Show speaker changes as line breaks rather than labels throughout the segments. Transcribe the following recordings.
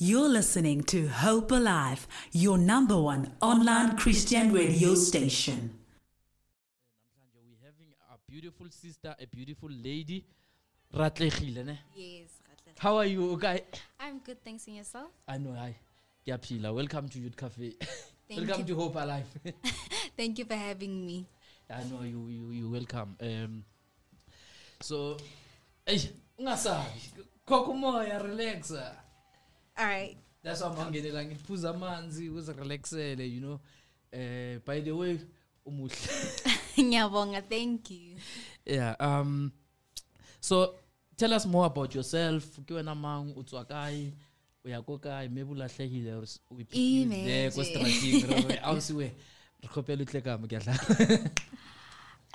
listening to Hope Alive, your number one online Christian radio station.
namhlanje we're having a beautiful sister a beautiful lady ratlegile ne
Yes, Ratlet.
how are you okay
I'm good, thanks in yourself.
i know hi ngiyaphila welcome to youth cafe
Thank
welcome
you.
to hope alive
Thank you for having me.
i know you you you welcome um so eish ungasabi khokha umoya relaxa
All right.
that's why mangenela ngiphuza amanzi uzirelaxele you know uh, by the way umuhle
Nyabonga, thank you.
yeah um so tell us more about yourself ke wena mang o tswa kae o ya ko kae maybe o latlhegile or s- we pick you
Imagine.
there ko strating re re ausiwe re kgopele o tle kamo ke atlha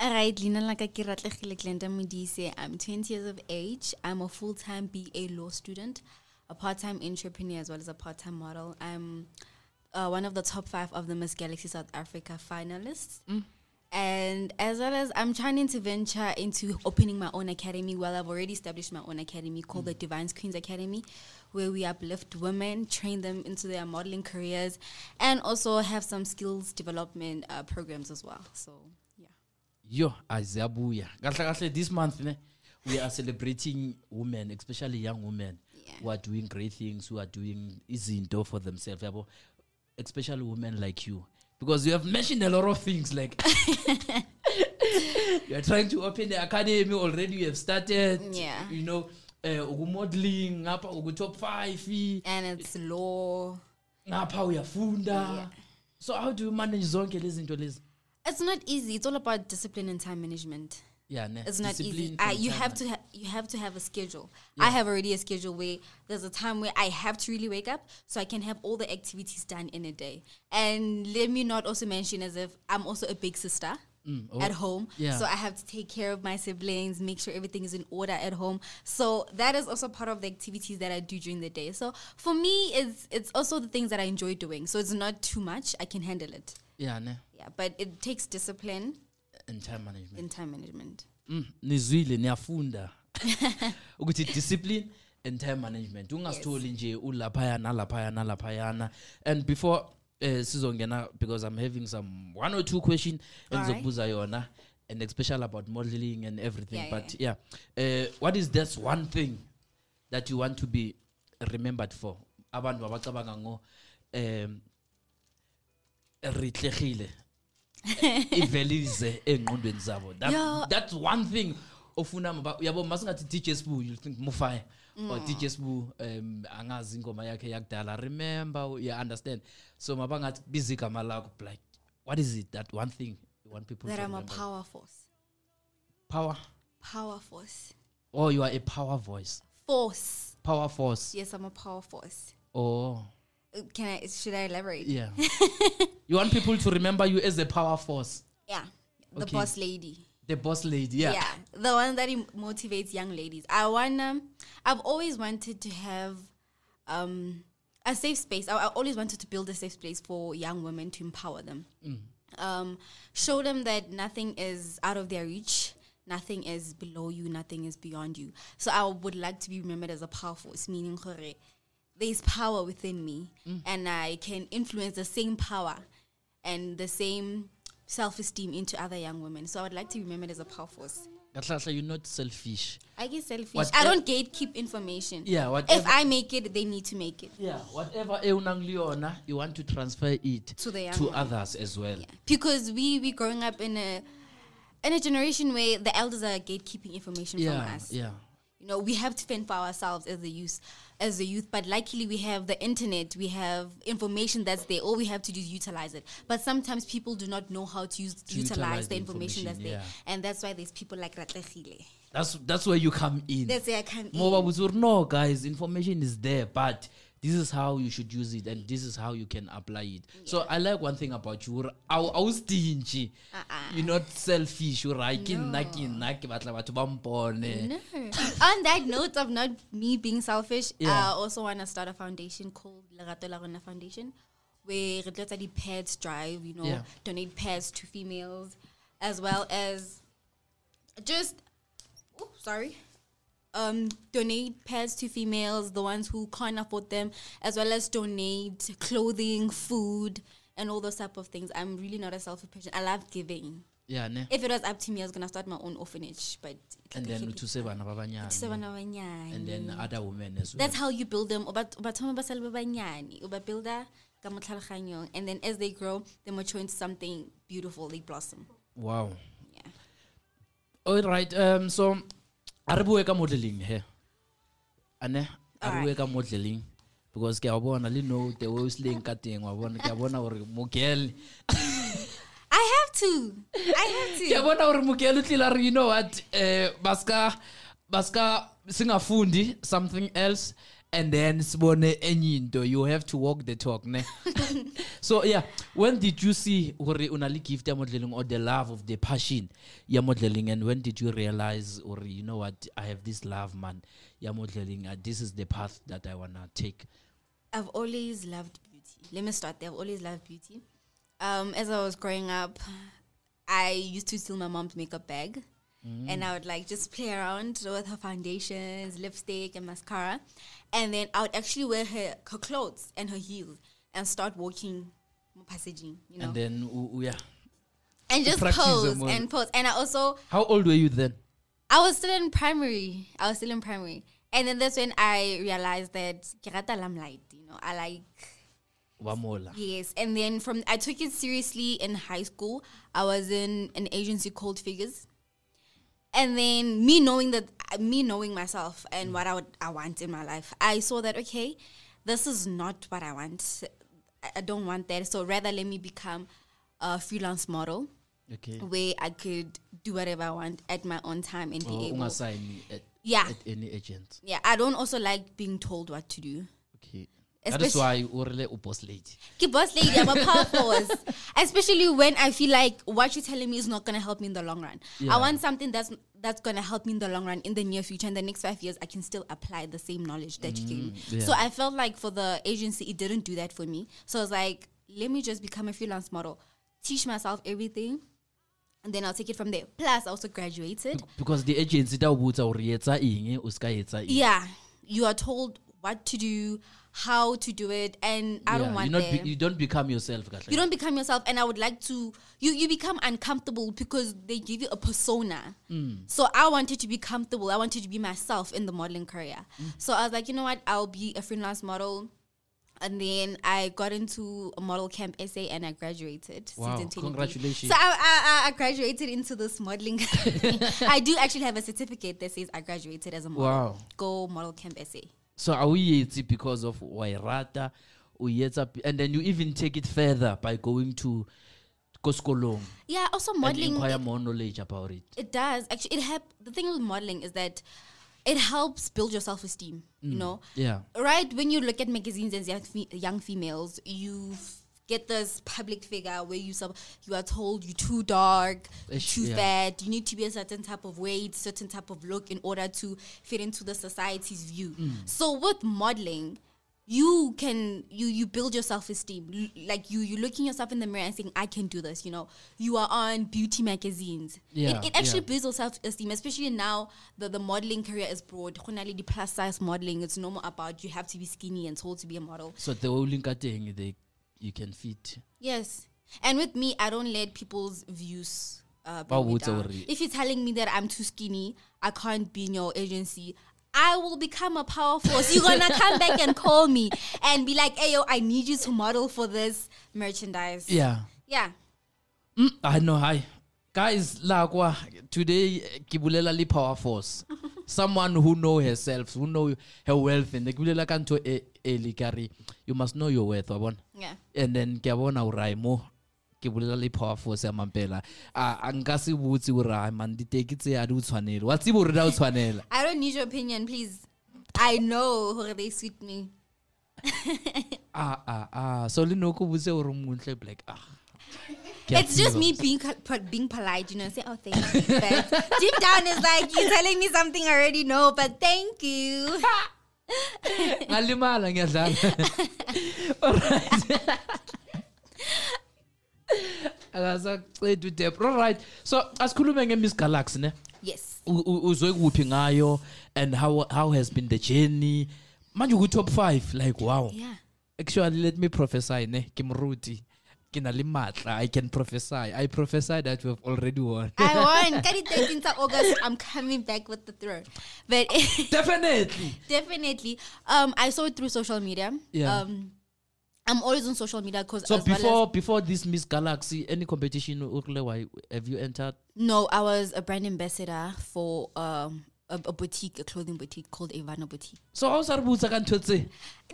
All right, Lina Laka Kiratlegile Glenda Mudise. I'm 20 years of age. I'm a full time BA law student, a part time entrepreneur, as well as a part time model. I'm uh, one of the top five of the Miss Galaxy South Africa finalists. And as well as I'm trying to venture into opening my own academy. Well, I've already established my own academy called the Divine Queens Academy, where we uplift women, train them into their modeling careers, and also have some skills development uh, programs as well. So, yeah.
yo aziyabuya kahle kahle this month ne we are celebrating women especially young women
Yeah.
who are doing great things who are doing izinto for themselves yabo especially women like you because you have mentioned a lot of things like you're trying to open the academy already you have started
Yeah.
you know uh, ukumodeling ngapha uku-top five
and it's law.
ngapha uyafunda
Yeah.
so how do you manage zonke lezi zinto lezi
It's not easy. It's all about discipline and time management.
yeah ne
It's not
Discipline
easy.
for
I,
the
you
time
have
management.
to ha- you have to have a schedule. I have already a schedule where there's a time where I have to really wake up so I can have all the activities done in a day. And let me not also mention as if I'm also a big sister.
oh,
at home,
yeah.
so I have to take care of my siblings, make sure everything is in order at home. So that is also part of the activities that I do during the day. So for me, it's it's also the things that I enjoy doing. So it's not too much; I can handle it.
yeah ne
Yeah, but it takes discipline
and time management
and time management.
Mm, nizwile niyafunda ukuthi discipline and time management ungasitholi nje ulaphaya nalaphaya nalaphayana and before eh sizongena because i'm having some one or two question engizokubuza yona and especially about modeling and everything
Yeah, yeah,
but yeah, Uh, what is this one thing that you want to be remembered for abantu abacabanga ngo um ritlehile ivelize engqondweni zabo That-
Yeah.
that's one thing ofuna maba- yabo masingathi dj sbu you'll think mufaya
Mm.
or dj sbu um angazi ingoma yakhe yakudala remember you understand so mabangathi biza igama lakho like what is it that one thing you want people
that
to
I'm a
remember?
power force.
power
Power force.
or you are a power voice
Force.
power force
Yes, I'm a power force.
or
Uh, Can I? Should I elaborate? Yeah.
yeah you want people to remember you as a power force
The
Okay.
boss lady.
the boss lady
Yeah.
yeah,
The one that im- motivates young ladies. I wanna. I've always wanted to have. Um, a safe space. I, I always wanted to build a safe space for young women to empower them. um, show them that nothing is out of their reach, nothing is below you, nothing is beyond you. So I would like to be remembered as a powerful, force, meaning gore, there's power within me,
Mm.
and I can influence the same power and the same self-esteem into other young women. So I would like to be remembered as a power force.
Kahle kahle, you're not selfish
I get selfish.
What-
I don't gatekeep information.
Yeah,
If
whatever-
I make it, they need to make it.
yeah whatever eunang leona you want to transfer it
To the young
to
one.
others as well
because we we growing up in a in a generation where the elders are gatekeeping information from
yeah
us.
yeah
You know, we have to fend for ourselves as the youth, as the youth. But luckily, we have the internet. We have information that's there. All we have to do is utilize it. But sometimes people do not know how to use utilize,
utilize
the
the
information, that's there,
information,
and that's why there's people like Ratlehile.
that's that's where you come in
That's where I can.
Moba Buzur, no guys information is there but this is how you should use it and this is how you can apply it so i like one thing about you uri awu- awustinji
Uh-uh.
you're not selfish uri hayi ke nna ke nna ke batla batho ba mpone
On that note of not me being selfish,
Yeah.
I also want to start a foundation called Lerato La Rona Foundation, where re tlo etsa di-pads drive, you know,
Yeah.
donate pads to females, as well as just, oh, sorry, um, donate pads to females, the ones who can't afford them, as well as donate clothing, food, and all those type of things. I'm really not a selfish person. I love giving.
yeah ne
If it was up to me, I was gonna start my own orphanage, but
and then uthuse bana
Uthuse
babanyana
bana babanyane.
Mm. and then other women as well
that's how you build them. Uba uba thoma ba sale ba banyane, uba builder ka mo tlhaloganyong. and then as they grow, they mature into something beautiful. They blossom.
wow
Yeah.
all right um so a re bue ka modeling he ane a re
Alright.
bue ka modeling because ke a bona le no the way o seleng ka teng wa bona ke a bona gore mogel
I have to. I have to.
ke a bona gore mogel o tlile a re you know what um baska baska singafundi something else and then sibone enye into you have to walk the talk ne so yeah when did you see gore o na le gift ya modeling or the love of the passion ya modeling and when did you realize or you know what i have this love man ya modeling uh, this is the path that i wanna take
I've always loved beauty. Let me start there. I've always loved beauty. Um, as I was growing up, I used to steal my mom's makeup bag, and I would like just play around with her foundations, lipstick, and mascara, and then I would actually wear her her clothes and her heels and start walking, passaging, you know,
and
and,
then u- u- yeah
just
practice
pose
them all.
and pose. And I also
how old were you then
I was still in primary. I was still in primary, and then that's when I realized that ke rata limelight. You know, I like
wa mola
Yes, and then from I took it seriously in high school. I was in an agency called Figures, and then me knowing that me knowing myself and what I would I want in my life, I saw that okay, this is not what I want. I- I don't want that. So rather, let me become a freelance model
okay
where I could do whatever I want at my own time and be
or
able.
ungasayini at,
Yeah.
at any agent
Yeah, I don't also like being told what to do.
Okay. That is
Especially-
why o rile o boss lady.
Ke boss lady, I'm a power force. Especially when I feel like what you're telling me is not gonna help me in the long run.
Yeah.
I want something that's that's gonna help me in the long run, in the near future, in the next five years, I can still apply the same knowledge that you gave me. So
Mm, yeah.
I felt like for the agency, it didn't do that for me. So I was like, let me just become a freelance model, teach myself everything, and then I'll take it from there. Plus, I also graduated.
Because the agency that would or yetsa ing, uska yetsa ing.
Yeah, you are told what to do, how to do it, and I don't want
you not
that.
be, you don't become yourself. kahle.
you don't become yourself and i would like to you you become uncomfortable because they give you a persona
Mm.
so i wanted to be comfortable i wanted to be myself in the modeling career
Mm.
so i was like you know what i'll be a freelance model and then I got into a model camp essay and I graduated.
Wow,
season 23.
congratulations.
So I, I, I- I graduated into this modeling. I do actually have a certificate that says I graduated as a model.
Wow.
Go model camp essay.
So are we yetsi because of e wairata, uyetsa, e and then you even take it further by going to Koskolong
Yeah, also
and
modeling.
inquire more knowledge about it.
It does actually. It help. The thing with modeling is that it helps build your self esteem.
Mm.
You know,
Yeah.
right? When you look at magazines as young, fe- young females, you f- get this public figure where you sub- you are told you're too dark, you're
Ish,
too
yeah.
fat, you need to be a certain type of weight, certain type of look in order to fit into the society's view.
Mm.
So with modeling. You can you you build your self esteem like you you looking yourself in the mirror and saying I can do this you know you are on beauty magazines
Yeah,
it, it actually
yeah.
builds your self esteem, especially now that the modeling career is broad. Go na le di plus size modeling, it's no more about you have to be skinny and told to be a model.
So the whole link they you can fit.
Yes. And with me, I don't let people's views uh,
Ba
bring me
botsa
down.
hore-
If you're telling me that I'm too skinny, I can't be in your agency. I will become a power force. You're gonna come back and call me and be like, "Hey yo, I need you to model for this merchandise."
Yeah.
yeah.
Mm, I know, hi. Guys, Lagwa, today, eh, Kibulela Li Power Force. Someone who know herself, who know her wealth, and Kibulela Kanto e, Elikari, you must know your worth, wabona?
Yeah.
And then Kiabona Uraimo, Kibulela Li Power Force, Amampela. Angasi Wutsi Uraiman, the take it say Adu Swanel. What's the word out Swanel?
I don't need your opinion, please. I know where they suit me.
Ah, ah, ah. So Linoko Wutsi Urumuntle Black. Ah.
it's just me being co- po- being polite, you know, say, oh, thank you. But deep down, it's like you're telling me something I already know, but thank you.
ngalimala ngiyadlala alright akasakuceda udeb alright so asikhulume nge-miss galaxy ne
Yes.
u- u- uzwe kuphi ngayo and how, how has been the journey manje uku-top five like wow
yeah
actually let me prophesy ne ke moruti ke na le maatla i can prophesy i prophesy that you have already won
I won. Kari 13th of August, I'm coming back with the throne. But
definitely
definitely, um, I saw it through social media.
Yeah.
Um, I'm always on social media because
so before before this miss galaxy any competition o kile wa- have you entered
no, I was a brand ambassador for um a, a boutique, a clothing boutique called Ivana Boutique.
so ha o sa re botsa ka ntho tse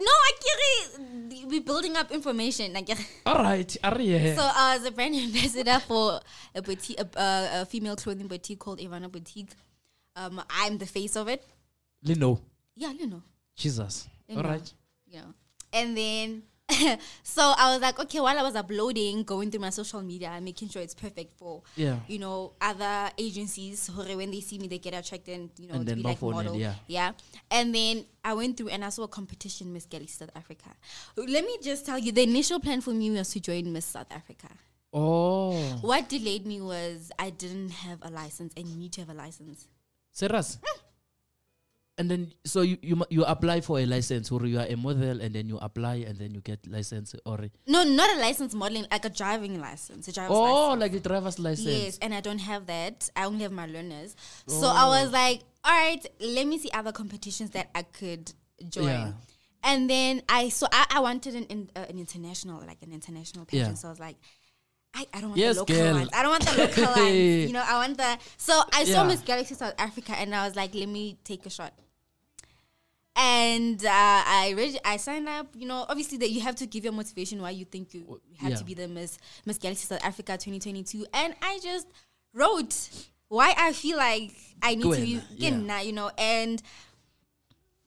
No, I can't. We're building up information. I get-
all right a re ye
So I was a brand ambassador for a boutique, a, a, a female clothing boutique called Ivana Boutique. Um, I'm the face of it.
le no
Yeah, you know.
jesus
Amen.
all right
you know. And then, so I was like, okay, while I was uploading, going through my social media, and making sure it's perfect for,
Yeah.
you know, other agencies. Hore, when they see me, they get attracted, and, you know,
And
to
then
be
not
like
phone it,
model.
yeah.
And then I went through and I saw a competition, Miss Galaxy South Africa. Let me just tell you, the initial plan for me was to join Miss South Africa.
oh
What delayed me was I didn't have a license, and you need to have a license.
serious and then so you, you mu- you apply for a license or you are a model and then you apply and then you get license or
No, not a license modeling, like a driving license, a driver's license.
oh like a driver's license
Yes, and I don't have that. I only have my learners. So I
Oh.
was like, all right, let me see other competitions that I could join.
Yeah.
And then I so I, I wanted an in, uh, an international like an international pageant.
Yeah.
So I was like, I, I don't want
Yes,
the local
girl.
ones. I don't want the local ones. You know, I want the so I saw
Yeah.
Miss Galaxy South Africa and I was like, let me take a shot. And uh, I reg- I signed up. You know, obviously that you have to give your motivation why you think you have
yeah.
to be the Miss Miss Galaxy South Africa 2022. And I just wrote why I feel like I need to
Kwena,
be
yeah.
Kenna, you know. And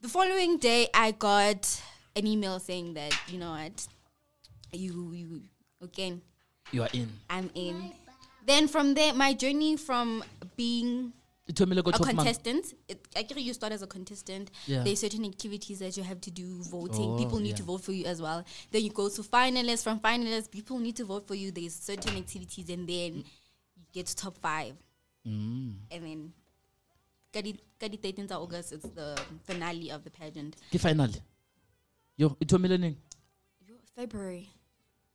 the following day, I got an email saying that you know what, you you again,
you are in
I'm in. Then from there, my journey from being
ithomile ko
a
top man
contestant. It, actually, you start as a contestant.
Yeah.
There's certain activities that you have to do, voting.
Oh,
people need
yeah.
to vote for you as well. Then you go to finalists. From finalists, people need to vote for you. There's certain activities, and then you get to top five.
Mm.
And then, Kadi Kadi 13th of August, it's the finale of the pageant.
ke finally yo ithomile neng
February.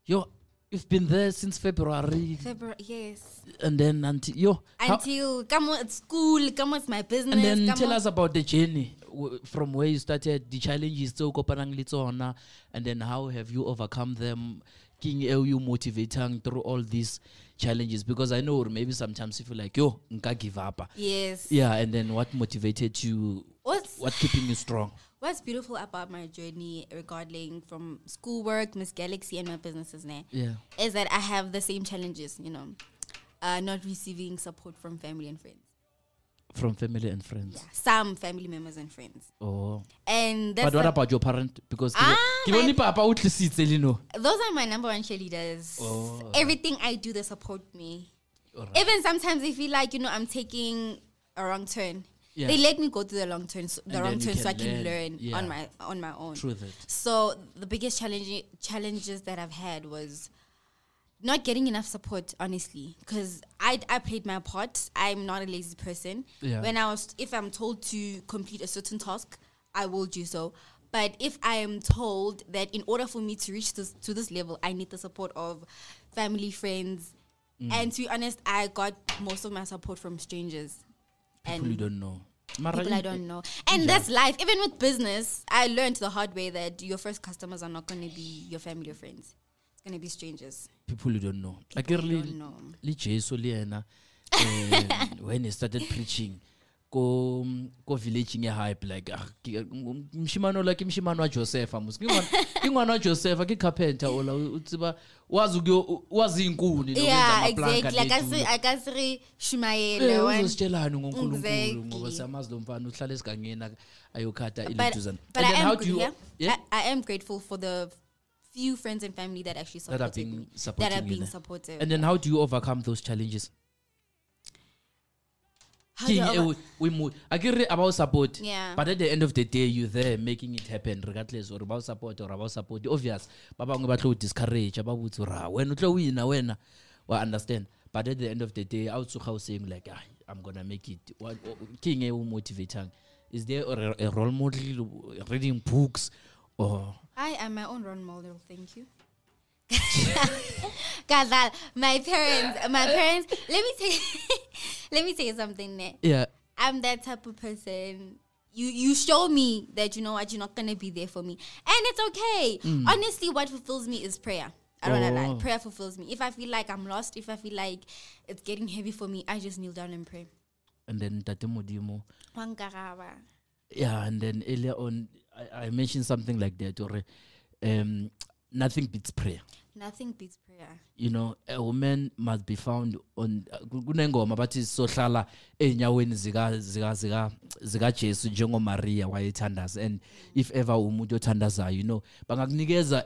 yo you've been there since february
February, yes.
and then until yo how-
Until, come on, it's school, come on, it's my business.
and then
come
tell
on.
us about the journey w- from where you started the challenges tse o kopanang le tsona and then how have you overcome them keng eo you motivatang through all these challenges because i know or maybe sometimes you feel like yo nka give up
Yes.
yeah and then what motivated you
What's,
what keeping you strong
What's beautiful about my journey regarding from schoolwork, Miss Galaxy, and my businesses now
yeah
is that I have the same challenges, you know, uh, not receiving support from family and friends.
from family and friends
Some family members and friends.
oh
And that's
but what
the-
about your parent because ke
Ah,
bo- ke
my-
bone papa o tlisitse leno
those are my number one cheerleaders.
Oh.
Everything I do, they support me.
Alright.
Even sometimes they feel like, you know, I'm taking a wrong turn.
Yeah.
They let me go through the long turn, so, the
And
wrong
then you
turn, so I
can
can
learn.
learn,
Yeah.
on my on my own.
True that.
So the biggest challenge challenges that I've had was not getting enough support, honestly, because I I played my part. I'm not a lazy person.
Yeah.
When I was, if I'm told to complete a certain task, I will do so. But if I am told that in order for me to reach this to this level, I need the support of family, friends,
Mm.
and to be honest, I got most of my support from strangers.
people you don't know Mara,
people I don't know. And that's life. Even with business, I learned the hard way that your first customers are not going to be your family or friends. It's going to be strangers.
people you don't know like you
you don't know.
le jesu le yena um, when he started preaching ko ko villageng e hype like ah, ke- m- m- moshimane ola ke moshimane wa josepha mos ke ngwana- ke ngwana wa josepha ke carpenter ola o- o tsiba wazi ukuyo- u- wazi iinkuni
yeah, exactly. Like I say, I can say
Eh,
Shumayele. one.
uzositshelani ngonkulunkulu ngoba
Exactly.
siyamazi lo mfana uhlala esigangeni ak- ayokhata
But,
ileduzana
but I, am good, yeah?
yeah?
I, I am grateful for the few friends and family that actually
that are
supported
being
me,
supporting
that are
you
being
ne?
supportive.
and then how do you overcome those challenges
How do you
king
over-
eh, we move akere about support
Yeah.
but at the end of the day you there making it happen regardless or about support or about support obvious ba bangwe ba tlo go discourage ba "Ah, botse ra wena o tlo wina wena wa understand but at the end of the day a o tsoga o saying like "Ai, i'm gonna make it what king e motivating is there a, a role model reading books or
I am my own role model. Thank you.
Guys, that my parents, my parents. Let me tell, let me tell you something. There,
yeah
I'm that type of person. You you show me that you know what you're not gonna be there for me, and it's okay. Honestly, what fulfills me is prayer. I don't know,
Mm. Oh.
like prayer fulfills me. If I feel like I'm lost, if I feel like it's getting heavy for me, I just kneel down and pray.
and then tate modimo
Wangaraba.
yeah and then earlier on i, I mentioned something like that or um nothing beats prayer
Nothing beats prayer.
you know a woman must be found on uh, ku- kunengoma bathi sohlala ey'nyaweni zika- zika- zika- zikajesu njengomariya wayethandaza and if ever umuntu othandazayo you know bangakunikeza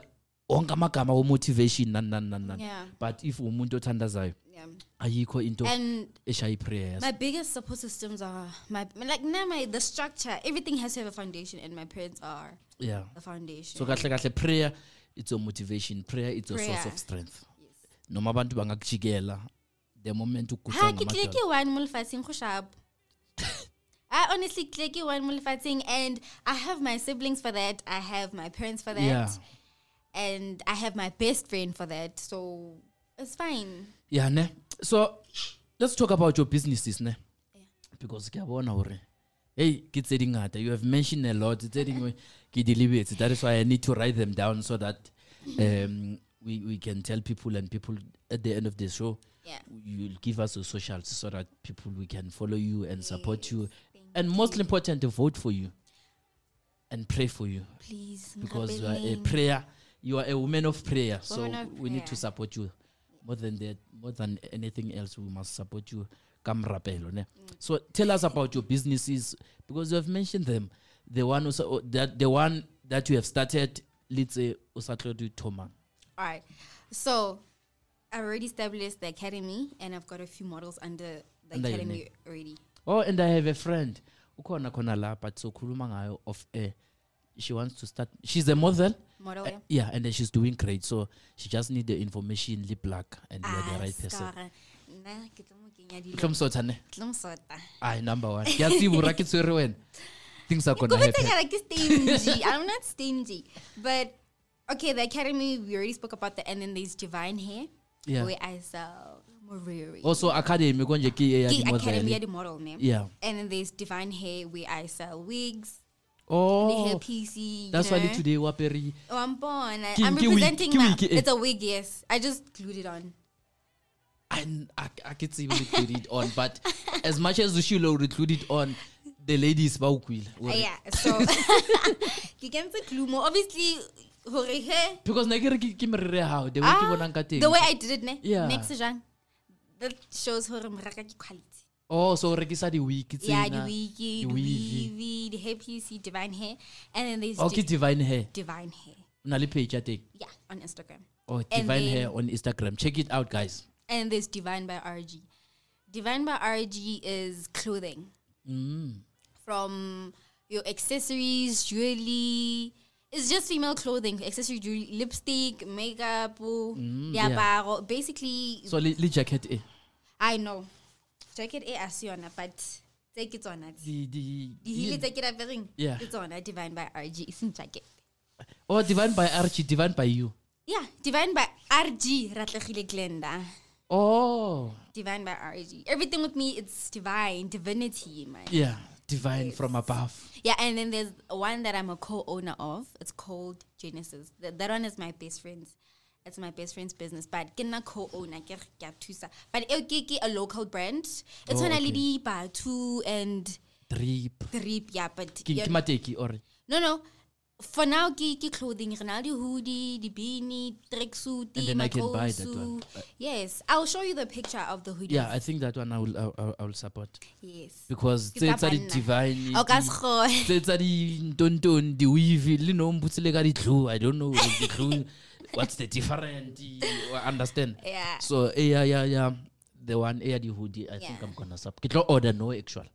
wonke amagama womotivation nani nani nani nani
Yeah.
but if umuntu othandazayo
Yeah.
ayikho into
And
eshaya iprayer
My biggest support systems are my like now my the structure. Everything has to have a foundation, and my parents are
yeah
the foundation.
so kahle kahle prayer it's a motivation prayer it's a source
Prayer.
of strength noma abantu bangakujikela the moment uguqa
ha ke tlile
ngamadolo.
ke one mo lefatsheng go shapo i honestly tlile ke one mo lefatsheng and i have my siblings for that i have my parents for that
yeah
and i have my best friend for that so it's fine
yeah ne so let's talk about your businesses ne because ke a bona gore hey ke tse dingata you have mentioned a lot tse dingwe ke dilibetse that is why i need to write them down so that um, we, we can tell people and people at the end of the show
Yeah.
you'll give us your socials so that people we can follow you and support you and most important to vote for you and pray for you
please
because you are a
ngirapeleng.
prayer you are a woman of prayer so
Woman of
we need to
prayer.
support you more than that more than anything else we must support you kamrapelo ne
Mm.
so tell us about your businesses because you have mentioned them the one also, o- that the one that you have started let's say usatlodi thoma
All right. So I've already established the academy, and I've got a few models under the
Under your
academy
name.
already.
oh and i have a friend ukhona khona la but sokhuluma ngayo of air she wants to start she's a model
Model.
Uh, yeah, and then she's doing great. So she just need the information, lip black, and you're
Ah,
the right person.
person.
Uhlomsotha ne? Aye, number one. Yasi bura ke tshwere wena. Things are gonna happen.
stingy. I'm not stingy, but okay. The academy we already spoke about that, and then there's divine hair
Yeah.
where I sell Moriri.
Also academy konje ke e ya
Ke
di
academy
model.
the model name.
Yeah.
And then there's divine hair where I sell wigs, the hair
Oh.
PC.
That's
you
why
know?
le today wa peri.
Oh, I'm born. I,
Ki-
I'm
ki wig,
representing
ki
my.
wig, eh.
It's a wig, yes. I just glued it on.
And I I can see we put it on, but as much as Ushilo include it on, the ladies ba ukwile.
Uh, yeah. So you can say glue more. Obviously, hore hair.
Because na ke re ke ke merere how the way ke
Ah,
bonang ka teng.
the way I did it, ne?
Yeah.
Next jang. That shows hore mraka ki quality.
Oh, so rekisa di week
Yeah,
tsena,
the wigi,
di
the
weave.
weavy, the hair PC, divine hair, and then there's
Okay, Oh,
di-
divine hair.
divine hair.
Na le page ya teng.
Yeah, on Instagram.
or
And
divine hair on
then-
instagram check it out guys
And there's Divine by RG. Divine by RG is clothing.
Mm.
From your accessories, jewelry. It's just female clothing, accessory jewelry, lipstick, makeup, mm,
yeah.
Basically,
so le, le jacket e
I know. Jacket e-, A as you but take it on it.
the, the,
The heel take it up ring.
Yeah.
It's on a Divine by RG. It's in jacket.
oh divine by archie divine by you
Yeah, Divine by RG. Ratlegile Glenda.
oh
Divine by RG. Everything with me, it's divine, divinity, man.
yeah divine from above
Yeah, and then there's one that I'm a co-owner of. It's called Genesis. That, that one is my best friend's. It's my best friend's business, but kena co-owner ke re ke a thusa. But eo ke ke a local brand. It's
Oh,
one
okay.
lady by two and
drip
three. Yeah, but
Ke-
yeah,
ke mateki or
no, no. For now, ke ke clothing. Renal the hoodie, the beanie, tracksuit,
And then I can
my
buy that
cold
one.
suit. Yes, I'll show you the picture of the hoodie.
yeah i think that one i will, I, I- I will support
Yes.
because
Ke
tse
tsa
tsa
banna.
di-divine
O ka
di-
se kgone.
tse tsa dintonton di-weavy le no mputsile ka ditlhu i don't know ditlhu what's the different I understand
Yeah.
so yeah yeah yeah the one air the hoodie i think
Yeah.
i'm gonna sub get order no actual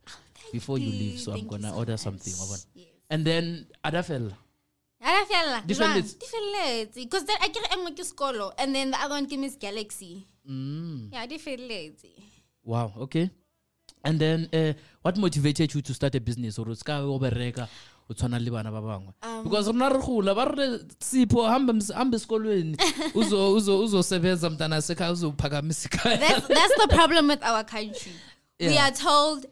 before you leave so i'm
Thank you
gonna
so
order
much.
something wabona
Yes.
and then adafel
Ara fella.
Di
jwang?
felletse.
Di felletse. Because then I get engwe ke skolo and then the other one ke Miss Galaxy.
mm,
Yeah, di felletse.
wow okay and then uh, what motivated you to start a business or ska o bereka o tshwana le bana ba bangwe
Um,
because rona re gola ba re sipho hambe ms- hambe esikolweni uzo- uzo- uzosebenza mntana sekhaya uzophakamisa ikhaya
That's, that's the problem with our country. We
Yeah.
are told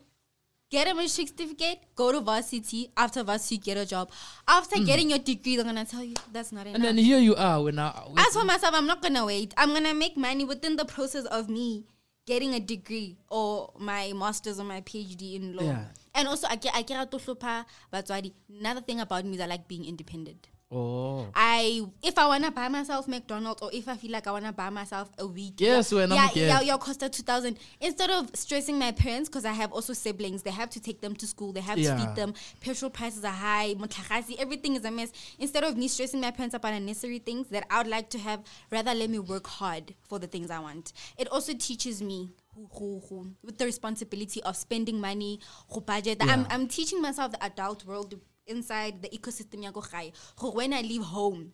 get a matric certificate, go to varsity. After varsity, get a job. After getting your degree, they're gonna tell you that's not enough.
Mm. and then here you are when I,
As for myself, I'm not gonna wait. I'm gonna make money within the process of me getting a degree or my master's or my PhD in law.
Yeah.
And also, I get I get out to hlopha batswadi. Another thing about me is I like being independent.
oh
I if I wanna buy myself McDonald's or if I feel like I wanna buy myself a week.
Yes,
yeah,
when I'm
yeah,
here.
yeah, yeah, cost her two thousand. Instead of stressing my parents because I have also siblings, they have to take them to school, they have
Yeah.
to feed them. Petrol prices are high, motlakase, everything is a mess. Instead of me stressing my parents about unnecessary things that I would like to have, rather let me work hard for the things I want. It also teaches me. who- who- who- With the responsibility of spending money, go budget. I'm, I'm teaching myself the adult world inside the ecosystem. ya ko gae, gore When I leave home,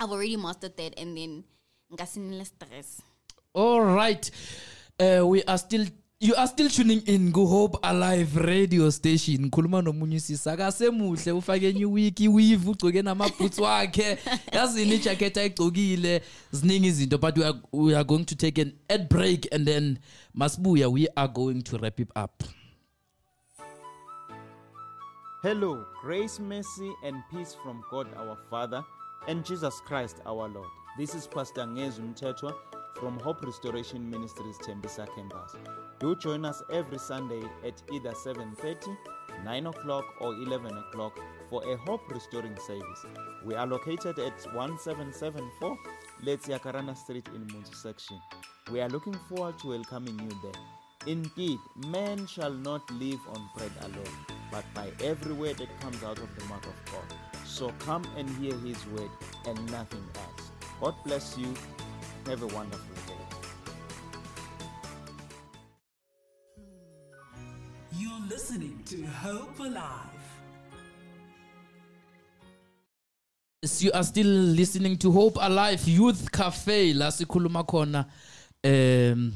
I've already mastered that and then nka se nne le stress.
All right. Uh, we are still you are still tuning in Go Hope Alive radio station. Khuluma nomunye usisa kasemuhle ufake enye wiki weave ugcoke namabhoots wakhe. Yazi ni jacket ayigcokile. Ziningi izinto but we are, we are going to take an ad break and then masibuya we are going to wrap it up.
Hello, grace, mercy, and peace from God our Father and Jesus Christ our Lord. This is Pastor Ngezu Mtetwa from Hope Restoration Ministries Tembisa campus. Do join us every Sunday at either 7.30, 9 o'clock or 11 o'clock for a Hope Restoring service. We are located at 1774 Let's Yakarana Street in Munzu section. We are looking forward to welcoming you there. Indeed, man shall not live on bread alone, but by every word that comes out of the mouth of God. So come and hear his word and nothing else. God bless you. Have a wonderful day.
You're listening to Hope Alive.
Yes, you are still listening to Hope Alive Youth Cafe la sikhuluma khona um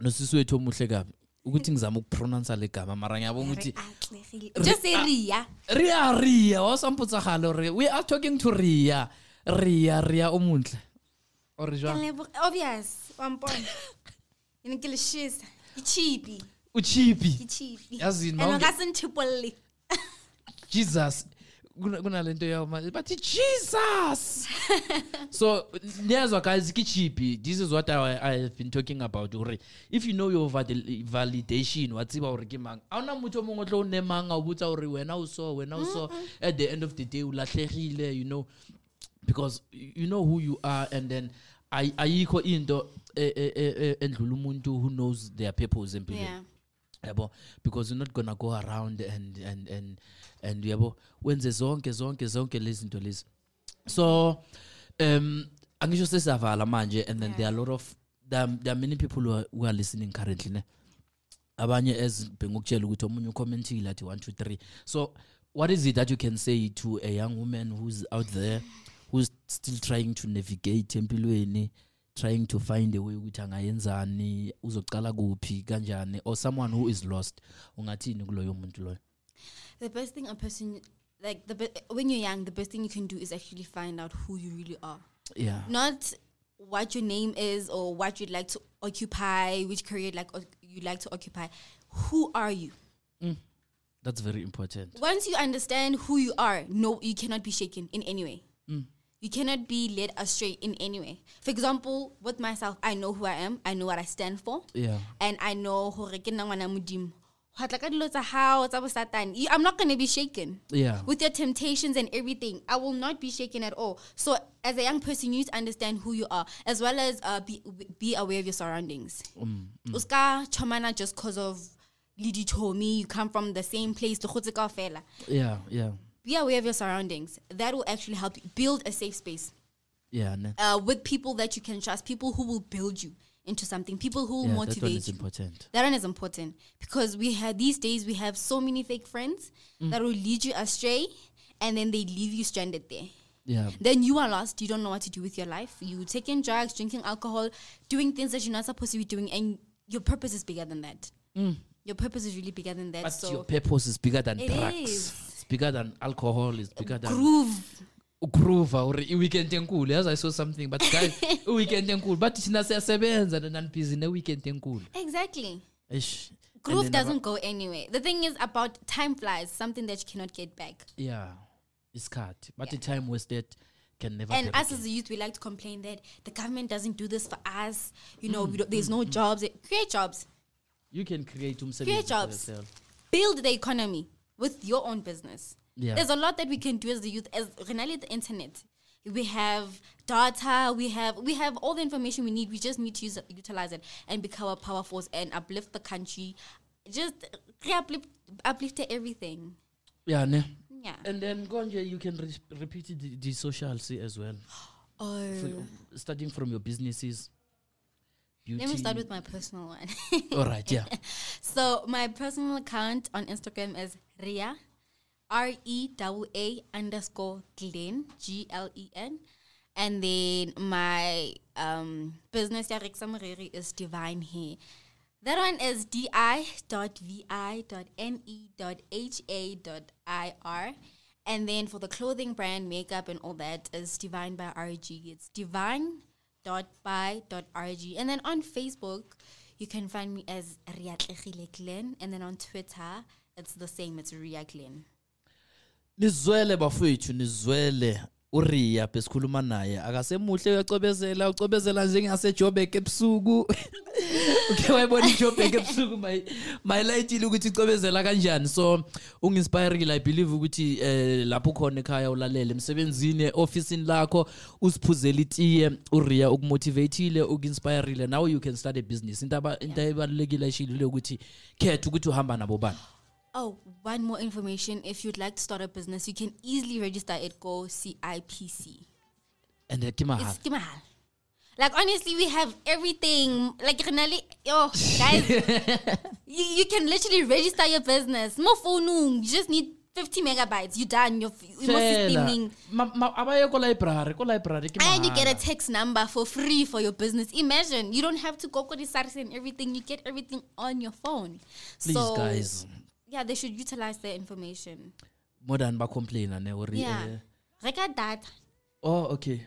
nosisi wethu omuhle kabi ukuthi ngizama ukupronounce le gama mara ngiyabonga ukuthi
Just say Ria.
Ria Ria wa samputsagalo re we are talking to Ria Ria Ria o montle ore jwa
Obvious. One point. In English, it's cheapy.
o chipi
It's cheapy.
Yazi,
And
mawunge-
ungasin Tripoli.
Jesus kuna kuna lento ya ma- but Jesus so niyazwa guys ki chipi this is what I, I have been talking about ore if you know your vali- validation wa tsiba ore ke mang a ona motho o mongwe o tlo o nemang a o botsa ore wena o so wena o so at the end of the day o latlhegile you know because y- you know who you are and then ay- ayikho into eh, eh, eh, eh, endlula umuntu who knows their purpose empilweni
Yeah.
yabo because you're not gonna go around and and and and yabo wenze zonke zonke zonke lezi zinto lezi so um angisho sesiyavala manje and then there are a lot of there are, there are many people who are, who are listening currently ne abanye as bengokutshela ukuthi omunye ucommentile athi one two three so what is it that you can say to a young woman who's out there who's still trying to navigate empilweni trying to find a way ukuthi angayenzani uzoqala kuphi kanjani or someone who is lost ungathini kuloyo muntu loyo
The best thing a person, like, the be- when you're young, the best thing you can do is actually find out who you really are.
yeah
Not what your name is or what you'd like to occupy, which career like oc- you like to occupy. Who are you?
that's very important
once you understand who you are, no, you cannot be shaken in any way. You cannot be led astray in any way. For example, with myself, I know who I am. I know what I stand for.
Yeah.
And I know hore ke nna ngwana Modimo. Ho tla ka dilo tsa hao, tsa bosatane. You- I'm not going to be shaken.
Yeah.
With your temptations and everything, I will not be shaken at all. So, as a young person, you need to understand who you are, as well as uh, be, be aware of your surroundings.
Mm,
Uska chomana just because of Lidi told me you come from the same place. le kgotse kaofela.
yeah yeah
Be aware of your surroundings. That will actually help you build a safe space
yeah ne?
uh, with people that you can trust, people who will build you into something, people who will
yeah that one
motivate
is
you.
important
That one is important because we have these days we have so many fake friends
Mm.
that will lead you astray and then they leave you stranded there.
yeah
Then you are lost. You don't know what to do with your life. You taking drugs, drinking alcohol, doing things that you're not supposed to be doing, and your purpose is bigger than that. your purpose is really bigger than that.
Mm. But your
so
purpose is bigger than
It
drugs.
is.
It's bigger than alcohol. It's bigger than
groove.
ukugroover or i-weekend enkulu as i saw something but guys i-weekend enkulu but thina siyasebenza nanibhizi ne-weekend enkulu
Exactly.
Eish. And
Groove
then aba-
doesn't go anywhere. The thing is about time flies, something that you cannot get back.
yeah isikhathi but i-time wasted can never
And
get
us
again.
as a youth, we like to complain that the government doesn't do this for us. You know,
Mm.
we don't, there's no jobs. Create jobs.
you can create
Create
umsebenzi for
jobs.
yourself
Build the economy with your own business.
Yeah.
There's a lot that we can do as the youth, as Renali, the internet. We have data, we have we have all the information we need. We just need to use utilize it and become a power force and uplift the country. Just uplift, uplift everything.
yeah ne
Yeah.
and then konje you can re repeat the, the social see as well
Oh.
F- starting from your businesses beauty
Let me start with my personal one.
all right yeah
so my personal account on Instagram is Ria, R E W A underscore Glen, G L E N, and then my um, business Yarixa Moreri is Divine Hair. That one is D I dot V I dot N E dot H A dot I R. And then for the clothing brand, makeup, and all that is Divine by RG. It's divine dot by dot RG. And then on Facebook, you can find me as Riatlechile Glen. And then on Twitter, it's the same, it's Ria Glen.
nizwele bafowethu nizwele uriya besikhuluma naye akasemuhle uyacobezela ucobezela njengasejobek ebusuku uke wayibona ijobek ebusuku may- mayilayitile ukuthi icobezela kanjani so ungi-inspirile i believe ukuthi um lapho ukhona ekhaya ulalele emsebenzini e-ofisini lakho usiphuzele itiye uriya ukumotivatile uku-inspirile nawe you can start a business into aba- into ebalulekile ayishilile ukuthi khetha ukuthi uhamba nabo bani
Oh, one more information. If you'd like to start a business, you can easily register at Go CIPC.
and ke mahala
It's Kimahal. Like honestly, we have everything. Like Renali, oh guys, you, you can literally register your business. More phone, you just need 50 megabytes. You done your
Fela.
systeming.
Ma- ma- abaye kolibrary kolibrary
And you get a text number for free for your business. Imagine you don't have to go to the SARS and everything. You get everything on your phone.
please
so,
guys
yeah, they should utilize their information.
more than bacomplaina ne ori
Yeah,
eh,
Reka data.
oh okay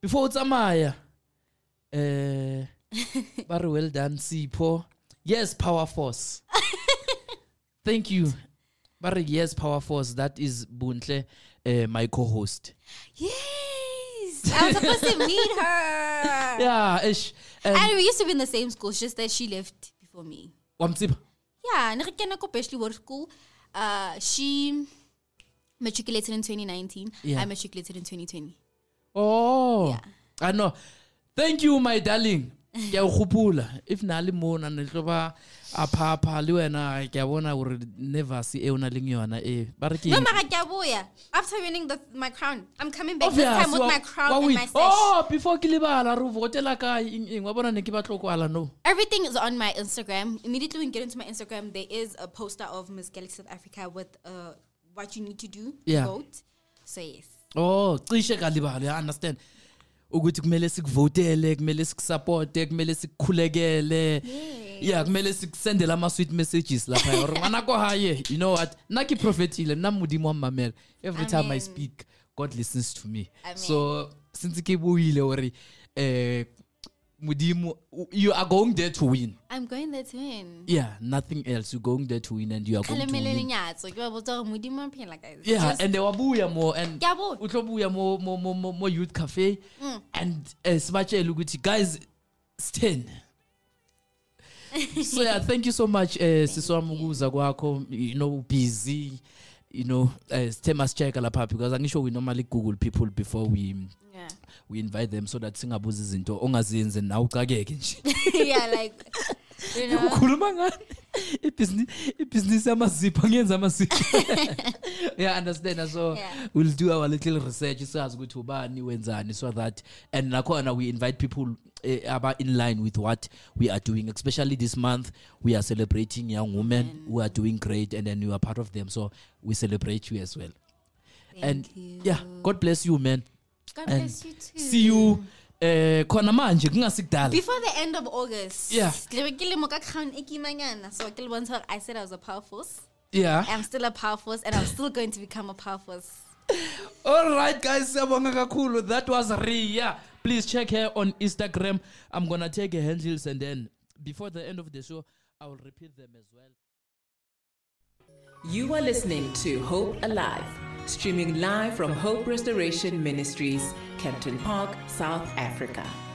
before utsamaya eh ba re well done sipho yes power force thank you ba re yes power force that is buntle eh, my co-host
Yes, I was supposed to meet her.
yeah ish
And we used to be in the same school, it's just that she left before me.
wamtsiba
Yeah, and I go Beshley Ward School. Uh, she matriculated in 2019.
Yeah.
I matriculated in 2020.
Oh.
Yeah.
I know. Thank you my darling. Ke a o gopola. If na le mona ne tlo ba a phapha le wena ke a bona gore nervous e o na leng yona e. Ba re ke
No,
eng?
Mara Kyabuya, after winning the, my crown, I'm coming back this
Obvious,
time with
wa-
my crown
wa
and
win.
my sash.
Oh, before ke lebala re o votela kae eng eng wa bona ne ke batlo kwala no.
Everything is on my Instagram. Immediately when you get into my Instagram, there is a poster of Miss Galaxy South Africa with uh, what you need to do to
Yeah.
vote. So, yes.
Oh, cishe ka lebala, I understand. ukuthi kumele sikuvotele kumele sikusupporte kumele sikukhulekele yeah kumele sikusendele ama-sweet messages laphaya or ngwanako haye you know what nna ke profetile nna modimo wa mmamela every time i
Amen.
speak god listens to me
Amen.
so since ke buile gore um modimo o- you are going there to win
I'm going there to win.
yeah nothing else you're going there to win and you are going to
Khalemele
win.
lenyatso, ke ba botsa hore Modimo a phela, guys.
yeah
Just-
and wabuya mo and
Ke a bona.
utlobuya mo mo mo mo mo youth cafe
Mm.
and eh, sibatshele ukuthi guys it's 10 so yeah thank you so much eh siswami ukuza kwakho you know busy you know eh sithe masitsheka lapha because angisho we normally google people before we
Yeah.
we invite them so that singabuza izinto ongazenzi nawe ucakeke nje
yeah, like you know,
ukhuluma ngani Ibhizni- ibhizinisi yamazipho ngiyenza amazipho yeah understand so
Yeah.
we'll do our little research sazi ukuthi ubani wenzani so that and nakhona we invite people eh, aba in line with what we are doing especially this month we are celebrating young women who are doing great and then you are part of them so we celebrate you as well and
you.
yeah god bless you man
God
and
bless you too.
see you eh khona manje kungasikudala
before the end of august
Yeah.
ke be ke le mo ka crown e kimanyana so ke le bontsha gore i said i was a power force
yeah
i'm still a power force and i'm still going to become a power force
Alright guys, siyabonga kakhulu. That was Ria. Please check her on Instagram. I'm going to take her handles and then before the end of the show, I will repeat them as well.
You are listening to Hope Alive, streaming live from Hope Restoration Ministries, Kempton Park, South Africa.